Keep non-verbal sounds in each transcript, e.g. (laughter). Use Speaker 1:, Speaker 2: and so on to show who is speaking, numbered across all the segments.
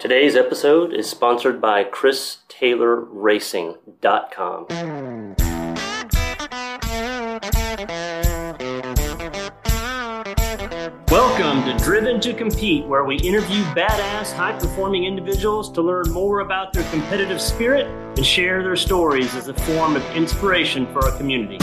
Speaker 1: Today's episode is sponsored by ChrisTaylorRacing.com. Welcome to Driven to Compete, where we interview badass, high performing individuals to learn more about their competitive spirit and share their stories as a form of inspiration for our community.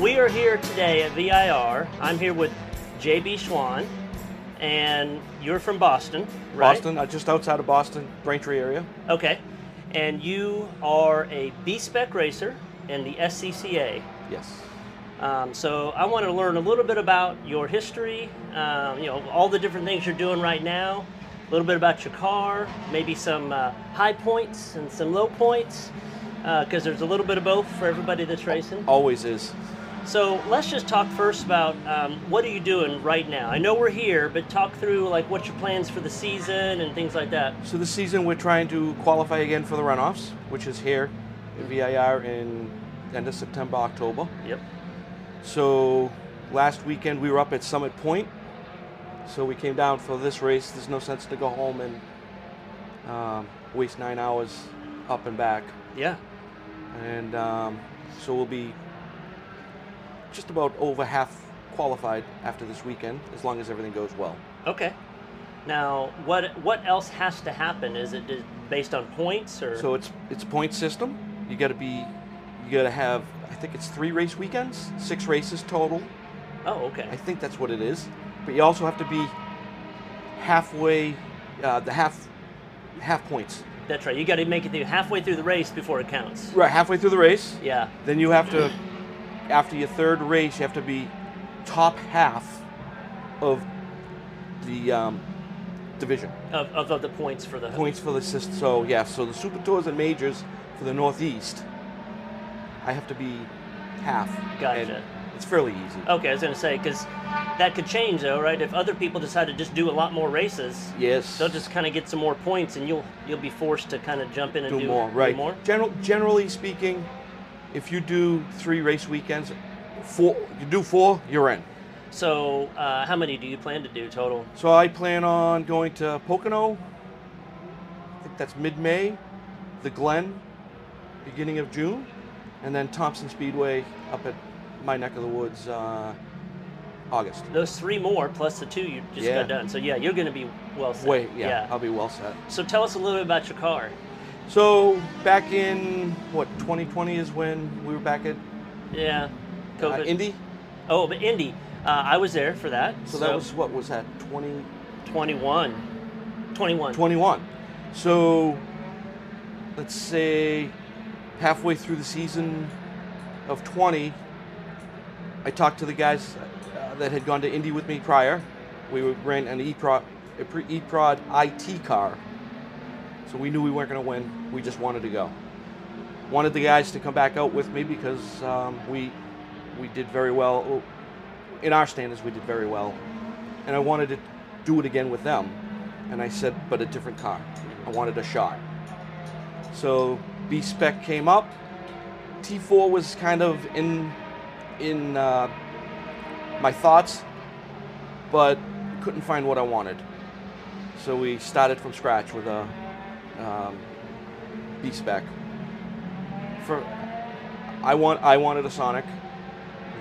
Speaker 1: We are here today at VIR. I'm here with JB Schwan, and you're from Boston, right?
Speaker 2: Boston, uh, just outside of Boston, Braintree area.
Speaker 1: Okay. And you are a B spec racer in the SCCA.
Speaker 2: Yes.
Speaker 1: Um, so I want to learn a little bit about your history, um, you know, all the different things you're doing right now, a little bit about your car, maybe some uh, high points and some low points, because there's a little bit of both for everybody that's racing.
Speaker 2: Always is.
Speaker 1: So let's just talk first about um, what are you doing right now? I know we're here, but talk through like what your plans for the season and things like that.
Speaker 2: So this season we're trying to qualify again for the runoffs, which is here in VIR in end of September, October.
Speaker 1: Yep.
Speaker 2: So last weekend we were up at Summit Point. So we came down for this race. There's no sense to go home and um, waste nine hours up and back.
Speaker 1: Yeah.
Speaker 2: And um, so we'll be just about over half qualified after this weekend, as long as everything goes well.
Speaker 1: Okay. Now, what what else has to happen? Is it just based on points or?
Speaker 2: So it's it's a point system. You got to be, you got to have. I think it's three race weekends, six races total.
Speaker 1: oh, okay.
Speaker 2: I think that's what it is. But you also have to be halfway, uh, the half, half points.
Speaker 1: That's right. You got to make it through halfway through the race before it counts.
Speaker 2: Right, halfway through the race.
Speaker 1: Yeah.
Speaker 2: Then you have to, after your third race, you have to be top half of the um, division.
Speaker 1: Of, of, of the points for the
Speaker 2: points for the system. So yeah, so the super tours and majors for the Northeast, I have to be half.
Speaker 1: Gotcha. Oh.
Speaker 2: And it's fairly easy.
Speaker 1: Okay, I was gonna say because that could change though, right? If other people decide to just do a lot more races,
Speaker 2: Yes.
Speaker 1: they'll just kind of get some more points, and you'll you'll be forced to kind of jump in and
Speaker 2: do,
Speaker 1: do,
Speaker 2: more. Right.
Speaker 1: more.
Speaker 2: General, generally speaking, if you do three race weekends, four you do four, you're in.
Speaker 1: So, uh, how many do you plan to do total?
Speaker 2: So I plan on going to Pocono. I think that's mid-May, the Glen, beginning of June, and then Thompson Speedway up at my neck of the woods, uh, August.
Speaker 1: Those three more plus the two you just
Speaker 2: Yeah.
Speaker 1: got done. So yeah, you're gonna be well set.
Speaker 2: Wait, yeah, I'll be well set.
Speaker 1: So tell us a little bit about your car.
Speaker 2: So back in what 2020 is when we were back at
Speaker 1: Yeah.
Speaker 2: uh,
Speaker 1: COVID.
Speaker 2: Indy.
Speaker 1: Oh, but Indy. Uh, I was there for that.
Speaker 2: So, that was what was that 20,
Speaker 1: 21. 21.
Speaker 2: 21. So let's say halfway through the season of 20, I talked to the guys uh, that had gone to Indy with me prior. We were- ran an E-Prod, a pre- E-Prod IT car. So we knew we weren't going to win. We just wanted to go. Wanted the guys to come back out with me because um, we we did very well in our standards. We did very well, and I wanted to do it again with them. And I said, but a different car. I wanted a shot. So B spec came up. T4 was kind of in in uh, my thoughts, but couldn't find what I wanted. So we started from scratch with a um, B spec. For I want I wanted a Sonic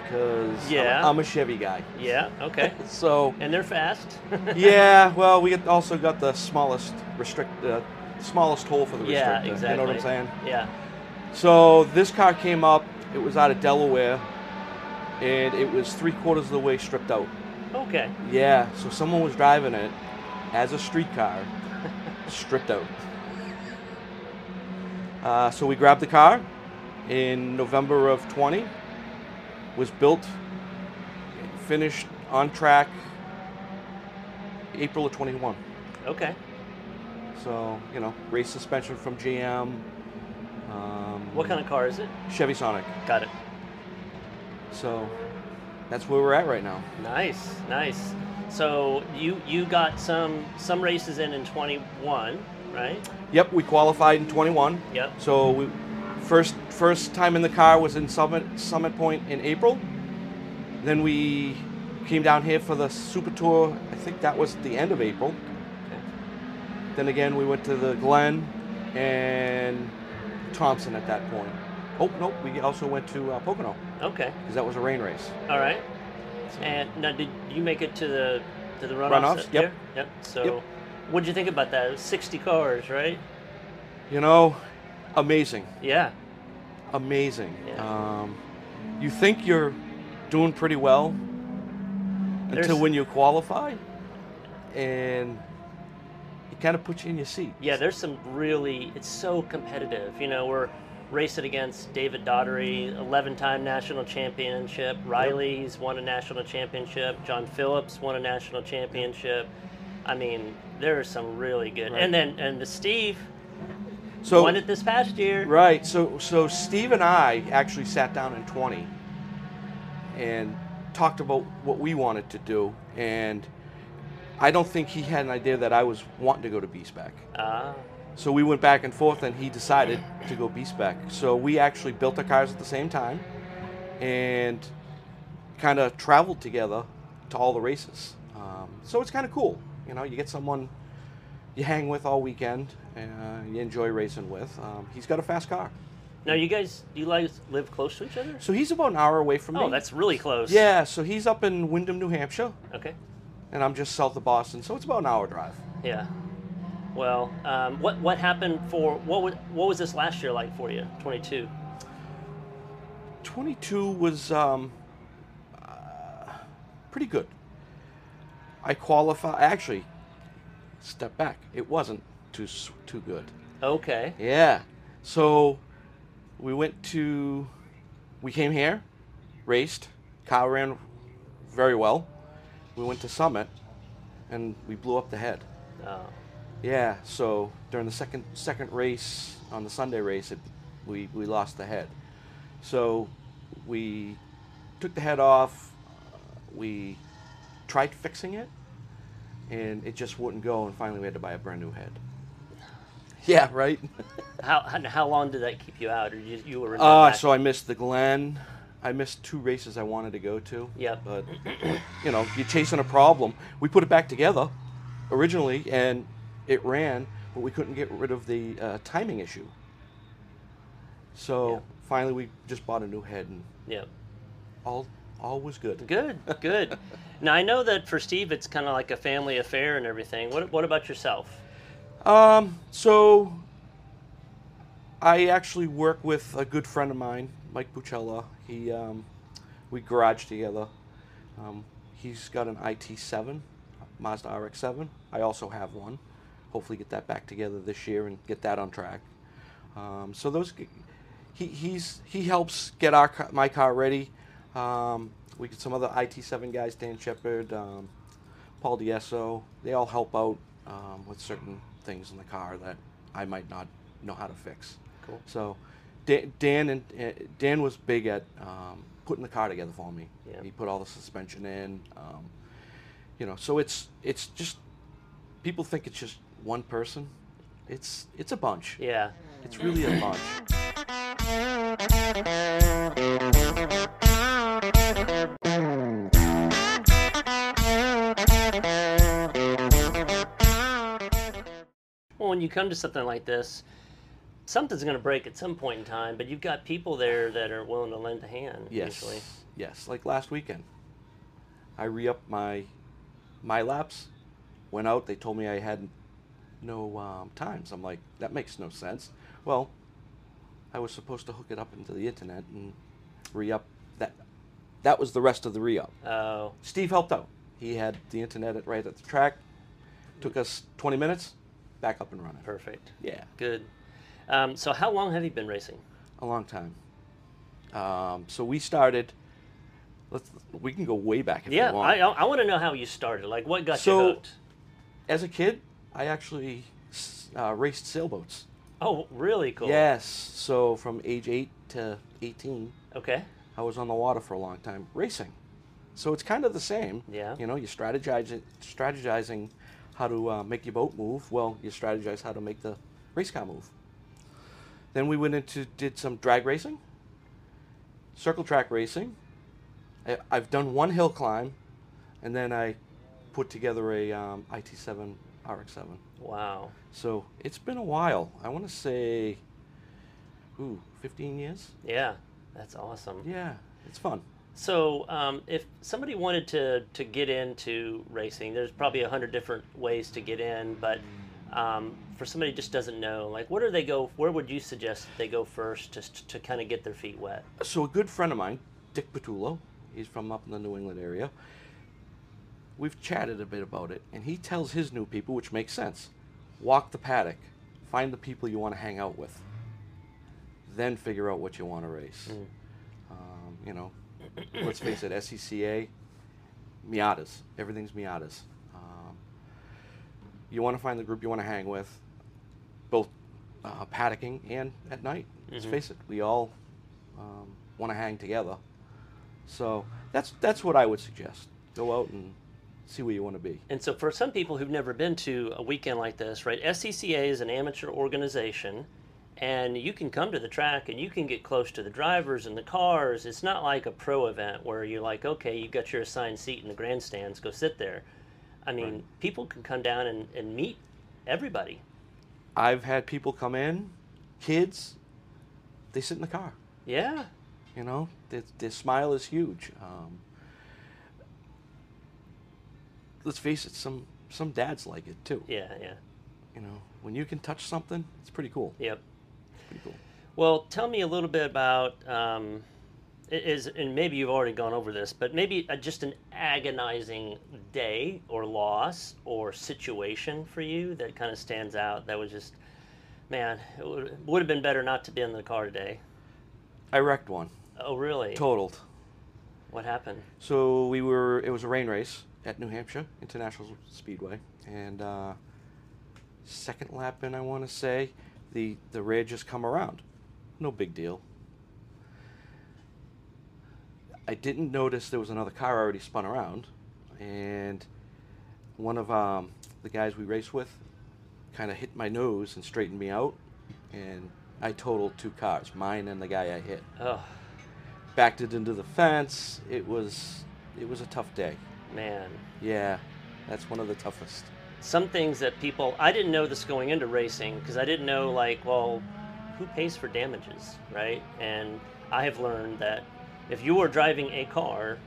Speaker 2: because I'm a-
Speaker 1: Yeah.
Speaker 2: I'm a Chevy guy.
Speaker 1: Yeah,
Speaker 2: (laughs)
Speaker 1: okay.
Speaker 2: So
Speaker 1: and they're (laughs) fast.
Speaker 2: yeah, well, we also got the smallest restrict, uh, smallest hole for the restrictor.
Speaker 1: yeah,
Speaker 2: You know what
Speaker 1: exactly.
Speaker 2: I'm saying?
Speaker 1: Yeah.
Speaker 2: So this car came up. It was out of Delaware, and it was three quarters of the way stripped out.
Speaker 1: Okay.
Speaker 2: Yeah, so someone was driving it as a street
Speaker 1: (laughs)
Speaker 2: car, stripped out. Uh, so we grabbed the car in November of 20. Was built, finished on track, April of 21.
Speaker 1: Okay.
Speaker 2: So you know, race suspension from GM. Um,
Speaker 1: What kind of car is it?
Speaker 2: Chevy Sonic?
Speaker 1: Got it.
Speaker 2: So that's where we're at right now.
Speaker 1: Nice, nice. So you you got some some races in in 21, right?
Speaker 2: Yep, we qualified in 21.
Speaker 1: Yep.
Speaker 2: So we First first time in the car was in Summit Summit Point in April. Then we came down here for the Super Tour. I think that was the end of April. Then again, we went to the Glen and Thompson at that point. Oh nope, we also went to uh, Pocono
Speaker 1: Okay.
Speaker 2: because that was a rain race.
Speaker 1: All right.
Speaker 2: So-
Speaker 1: And now, did you make it to the to the runoffs?
Speaker 2: Runoffs,
Speaker 1: up
Speaker 2: yep.
Speaker 1: there? Yep. So, what'd you think about that? It was 60 cars, right?
Speaker 2: you know, amazing.
Speaker 1: Yeah.
Speaker 2: amazing.
Speaker 1: Yeah.
Speaker 2: Um, you think you're doing pretty well
Speaker 1: There's-
Speaker 2: until when you qualify, and it kind of puts you in your seat.
Speaker 1: Yeah, there's some really, it's so competitive. You know, we're racing against David Daugherty, 11 time national championship. Riley's won a national championship. John Phillips won a national championship. I mean, there are some really good.
Speaker 2: Right.
Speaker 1: And then, and the Steve
Speaker 2: So
Speaker 1: won it this past year.
Speaker 2: right. So so Steve and I actually sat down in 20 and talked about what we wanted to do, and I don't think he had an idea that I was wanting to go to BSPAC.
Speaker 1: Ah,
Speaker 2: So we went back and forth, and he decided to go B spec. So we actually built our cars at the same time, and kind of traveled together to all the races. Um, so it's kind of cool, you know. You get someone you hang with all weekend, and you enjoy racing with. Um, he's got a fast car,
Speaker 1: now you guys, you guys live close to each other?
Speaker 2: so he's about an hour away from me.
Speaker 1: Oh, that's really close.
Speaker 2: yeah. So he's up in Windham, New Hampshire,
Speaker 1: Okay.
Speaker 2: and I'm just south of Boston. So it's about an hour drive.
Speaker 1: Yeah. Well, um, what what happened for what was what was this last year like for you? Twenty two.
Speaker 2: 22 was um, uh, pretty good. I qualify. Actually, step back. It wasn't too s- too good.
Speaker 1: Okay.
Speaker 2: Yeah. So we went to, we came here, raced. Kyle ran very well. We went to Summit, and we blew up the head.
Speaker 1: Oh,
Speaker 2: Yeah. So during the second second race on the Sunday race, it, we we lost the head. So we took the head off. We tried fixing it, and it just wouldn't go. And finally, we had to buy a brand new head. Yeah. Right. (laughs)
Speaker 1: how, how how long did that keep you out? Or you you were in the
Speaker 2: Ah,
Speaker 1: back?
Speaker 2: so I missed the Glen. I missed two races I wanted to go to.
Speaker 1: Yep.
Speaker 2: But you know, you're chasing a problem. We put it back together originally, and it ran, but we couldn't get rid of the uh, timing issue. So
Speaker 1: Yep.
Speaker 2: finally, we just bought a new head, and
Speaker 1: yeah.
Speaker 2: all all was good.
Speaker 1: Good,
Speaker 2: (laughs)
Speaker 1: good. now I know that for Steve, it's kind of like a family affair and everything. What what about yourself?
Speaker 2: Um, so I actually work with a good friend of mine, Mike Buccella. He, um, we garage together. Um, he's got an IT7, Mazda RX7. I also have one. Hopefully, get that back together this year and get that on track. Um, so those, g- he he's he helps get our ca- my car ready. Um, we get some other IT7 guys, Dan Shepard, um, Paul Diesso. They all help out um, with certain things in the car that I might not know how to fix.
Speaker 1: Cool.
Speaker 2: So Dan, Dan and uh, Dan was big at um, putting the car together for me.
Speaker 1: Yeah.
Speaker 2: He put all the suspension in. Um, you know, so it's it's just people think it's just one person. It's it's a bunch.
Speaker 1: Yeah.
Speaker 2: It's really a bunch.
Speaker 1: Well, when you come to something like this, something's going to break at some point in time. But you've got people there that are willing to lend a hand.
Speaker 2: Yes.
Speaker 1: Usually.
Speaker 2: Yes. Like last weekend, I re-upped my my laps. Went out. They told me I had no um, times. I'm like, that makes no sense. Well, I was supposed to hook it up into the internet and re-up that. That was the rest of the re-up.
Speaker 1: Oh,
Speaker 2: Steve helped out. He had the internet at, right at the track. Took us 20 minutes. Back up and running.
Speaker 1: perfect.
Speaker 2: Yeah.
Speaker 1: Good. Um, so how long have you been racing?
Speaker 2: a long time. Um, so we started. Let's we can go way back if
Speaker 1: Yeah,
Speaker 2: you want.
Speaker 1: I, I want to know how you started. Like, what got you
Speaker 2: So-
Speaker 1: hooked?
Speaker 2: As a kid, I actually s- uh, raced sailboats.
Speaker 1: Oh, really cool.
Speaker 2: Yes. So from age eight to eighteen,
Speaker 1: Okay.
Speaker 2: I was on the water for a long time racing. So it's kind of the same.
Speaker 1: Yeah.
Speaker 2: You know, you're strategizing, strategizing how to uh, make your boat move. Well, you strategize how to make the race car move. Then we went into did some drag racing, circle track racing. I, I've done one hill climb, and then I put together a um, IT7 RX7.
Speaker 1: Wow.
Speaker 2: So it's been a while. I want to say, ooh, 15 years.
Speaker 1: Yeah, that's awesome.
Speaker 2: Yeah, it's fun.
Speaker 1: So, um, if somebody wanted to, to get into racing, there's probably a hundred different ways to get in. But um, for somebody who just doesn't know, like, where do they go? Where would you suggest they go first, just to kind of get their feet wet?
Speaker 2: So a good friend of mine, Dick Petullo, he's from up in the New England area. We've chatted a bit about it, and he tells his new people, which makes sense, walk the paddock, find the people you want to hang out with, then figure out what you want to race.
Speaker 1: Hmm.
Speaker 2: Um, you know, let's face it, SCCA, Miatas, everything's Miatas. Um, you want to find the group you want to hang with, both uh, paddocking and at night. Let's face it, we all um, want to hang together. So that's that's what I would suggest. Go out and see where you want to be.
Speaker 1: And so, for some people who've never been to a weekend like this, right? SCCA is an amateur organization, and you can come to the track and you can get close to the drivers and the cars. It's not like a pro event where you're like, okay, you've got your assigned seat in the grandstands, go sit there. I mean, people can come down and, and meet everybody.
Speaker 2: I've had people come in, kids, they sit in the car.
Speaker 1: Yeah.
Speaker 2: You know, their, their smile is huge. Um, let's face it, some some dads like it too.
Speaker 1: Yeah, yeah.
Speaker 2: You know, when you can touch something, it's pretty cool.
Speaker 1: Yep.
Speaker 2: Pretty cool.
Speaker 1: Well, tell me a little bit about um, i- is and maybe you've already gone over this, but maybe uh just an agonizing day or loss or situation for you that kind of stands out. That was just, man, it would, would have been better not to be in the car today.
Speaker 2: I wrecked one,
Speaker 1: Oh, really?
Speaker 2: totaled.
Speaker 1: What happened?
Speaker 2: So we were. It was a rain race at New Hampshire International Speedway, and uh, second lap in, I want to say, the the rear just come around. No big deal. I didn't notice there was another car already spun around, and one of um, the guys we race with kind of hit my nose and straightened me out, and I totaled two cars, mine and the guy I hit
Speaker 1: Oh,
Speaker 2: backed it into the fence. It was it was a tough day.
Speaker 1: man.
Speaker 2: Yeah, that's one of the toughest.
Speaker 1: Some things that people I didn't know this going into racing because I didn't know like, well, who pays for damages, right? And I have learned that if you are driving a car,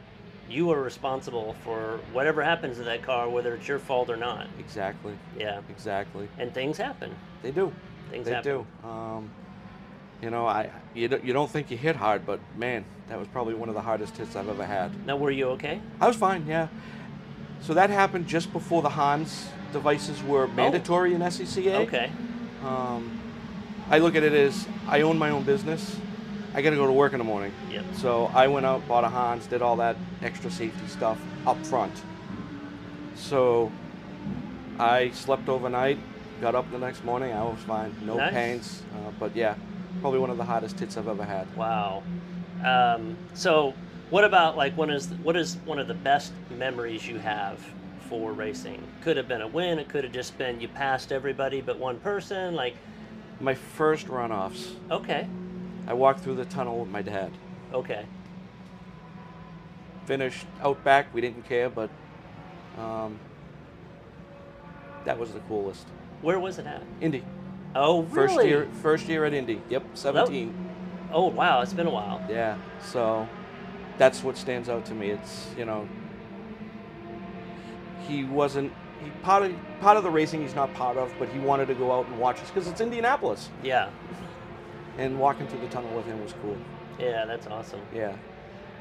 Speaker 1: you are responsible for whatever happens to that car, whether it's your fault or not.
Speaker 2: Exactly,
Speaker 1: Yeah,
Speaker 2: exactly.
Speaker 1: and things happen.
Speaker 2: They do.
Speaker 1: Things
Speaker 2: they
Speaker 1: happen.
Speaker 2: do. Um, you know, I you don't, you don't think you hit hard, but man, that was probably one of the hardest hits I've ever had.
Speaker 1: Now, were you okay?
Speaker 2: I was fine. Yeah. So that happened just before the Hans devices were mandatory in SCCA.
Speaker 1: Okay.
Speaker 2: Um, I look at it as I own my own business. I got to go to work in the morning.
Speaker 1: Yep.
Speaker 2: So I went out, bought a Hans, did all that extra safety stuff up front. So I slept overnight, got up the next morning, I was fine, no
Speaker 1: Nice.
Speaker 2: pains. Uh, but yeah, probably one of the hottest hits I've ever had.
Speaker 1: Wow. Um, so, what about like one is what is one of the best memories you have for racing? Could have been a win. It could have just been you passed everybody but one person. Like,
Speaker 2: My first runoffs,
Speaker 1: okay,
Speaker 2: I walked through the tunnel with my dad.
Speaker 1: okay,
Speaker 2: Finished out back, we didn't care, but um, that was the coolest.
Speaker 1: where was it at?
Speaker 2: Indy.
Speaker 1: Oh, really?
Speaker 2: First year, first year at Indy. Yep, 17.
Speaker 1: Oh, wow. It's been a while.
Speaker 2: Yeah. So that's what stands out to me. It's you know he wasn't he part of part of the racing he's not part of, but he wanted to go out and watch us because it's Indianapolis.
Speaker 1: Yeah.
Speaker 2: And walking through the tunnel with him was cool.
Speaker 1: Yeah, that's awesome.
Speaker 2: Yeah.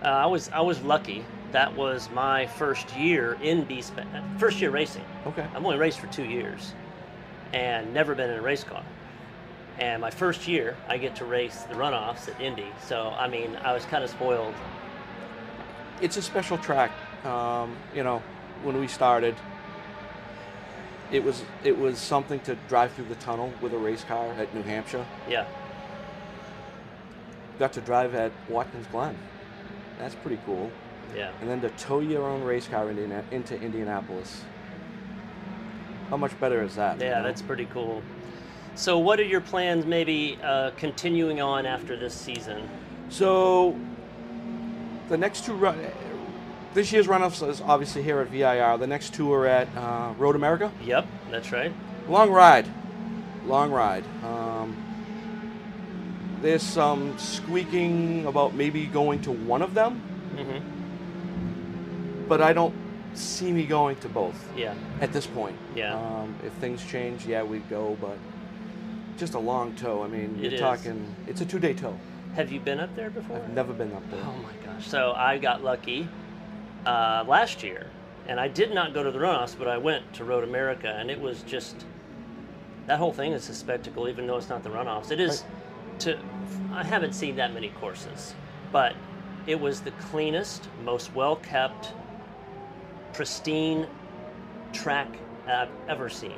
Speaker 1: Uh, I was I was lucky. That was my first year in B spec. First year racing.
Speaker 2: Okay.
Speaker 1: I've only raced for two years and never been in a race car. And my first year, I get to race the runoffs at Indy. So, I mean, I was kind of spoiled.
Speaker 2: It's a special track. Um, you know, when we started, it was it was something to drive through the tunnel with a race car at New Hampshire.
Speaker 1: Yeah.
Speaker 2: Got to drive at Watkins Glen. That's pretty cool.
Speaker 1: Yeah.
Speaker 2: and then to tow your own race car Indiana, into Indianapolis. How much better is that? you
Speaker 1: Yeah,
Speaker 2: know?
Speaker 1: that's pretty cool. So, what are your plans maybe uh, continuing on after this season?
Speaker 2: So the next two run, this year's runoffs is obviously here at VIR. The next two are at uh, Road America.
Speaker 1: Yep, that's right.
Speaker 2: Long ride, long ride. Um, there's some squeaking about maybe going to one of them,
Speaker 1: Mm-hmm.
Speaker 2: but I don't see me going to both
Speaker 1: Yeah,
Speaker 2: at this point.
Speaker 1: Yeah.
Speaker 2: Um, if things change, yeah, we'd go, but just a long tow. I mean,
Speaker 1: It
Speaker 2: you're
Speaker 1: is.
Speaker 2: talking. It's a two-day tow.
Speaker 1: have you been up there before?
Speaker 2: I've never been up there.
Speaker 1: Oh my gosh! So I got lucky uh, last year, and I did not go to the runoffs, but I went to Road America, and it was just that whole thing is a spectacle. Even though it's not the runoffs, it is. To I haven't seen that many courses, but it was the cleanest, most well kept, pristine track I've ever seen,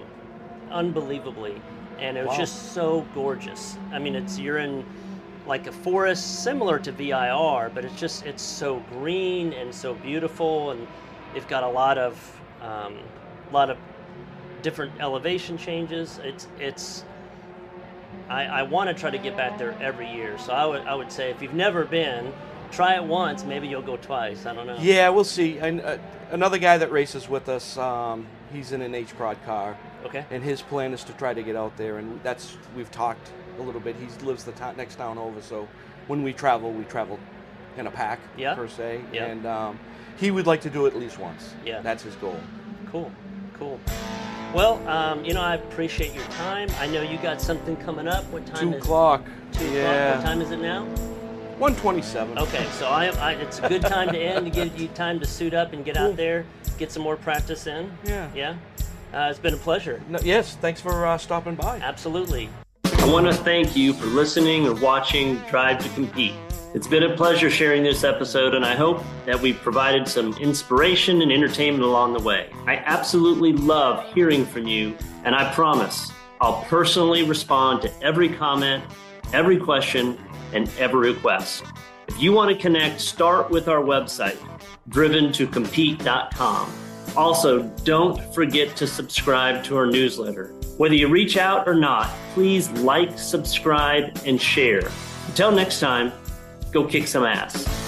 Speaker 1: unbelievably, and it was
Speaker 2: Wow.
Speaker 1: just so gorgeous. I mean, it's you're in like a forest similar to VIR, but it's just it's so green and so beautiful, and they've got a lot of um, lot of different elevation changes. It's it's I, I want to try to get back there every year. So I would I would say if you've never been, try it once. Maybe you'll go twice. I don't know.
Speaker 2: Yeah, we'll see. And uh, another guy that races with us, um, he's in an H Prod car,
Speaker 1: Okay.
Speaker 2: and his plan is to try to get out there. And that's we've talked a little bit. He lives the to- next town over, so when we travel, we travel in a pack
Speaker 1: Yeah.
Speaker 2: per se.
Speaker 1: Yeah.
Speaker 2: And um, he would like to do it at least once.
Speaker 1: Yeah.
Speaker 2: that's his goal.
Speaker 1: Cool. Cool. Well, um, you know, I appreciate your time. I know you got something coming up. What time
Speaker 2: Two
Speaker 1: is
Speaker 2: o'clock.
Speaker 1: Two o'clock. What
Speaker 2: yeah,
Speaker 1: time is it now?
Speaker 2: one twenty-seven.
Speaker 1: Okay, so I, I, it's a good time to end to give you time to suit up and get
Speaker 2: Cool.
Speaker 1: out there, get some more practice in.
Speaker 2: Yeah.
Speaker 1: Yeah. Uh, it's been a pleasure.
Speaker 2: No, yes, thanks for uh, stopping by.
Speaker 1: Absolutely. I want to thank you for listening or watching Drive to Compete. It's been a pleasure sharing this episode, and I hope that we've provided some inspiration and entertainment along the way. I absolutely love hearing from you, and I promise I'll personally respond to every comment, every question, and every request. If you want to connect, start with our website, driventocompete.com. Also, don't forget to subscribe to our newsletter. Whether you reach out or not, please like, subscribe, and share. Until next time, go kick some ass.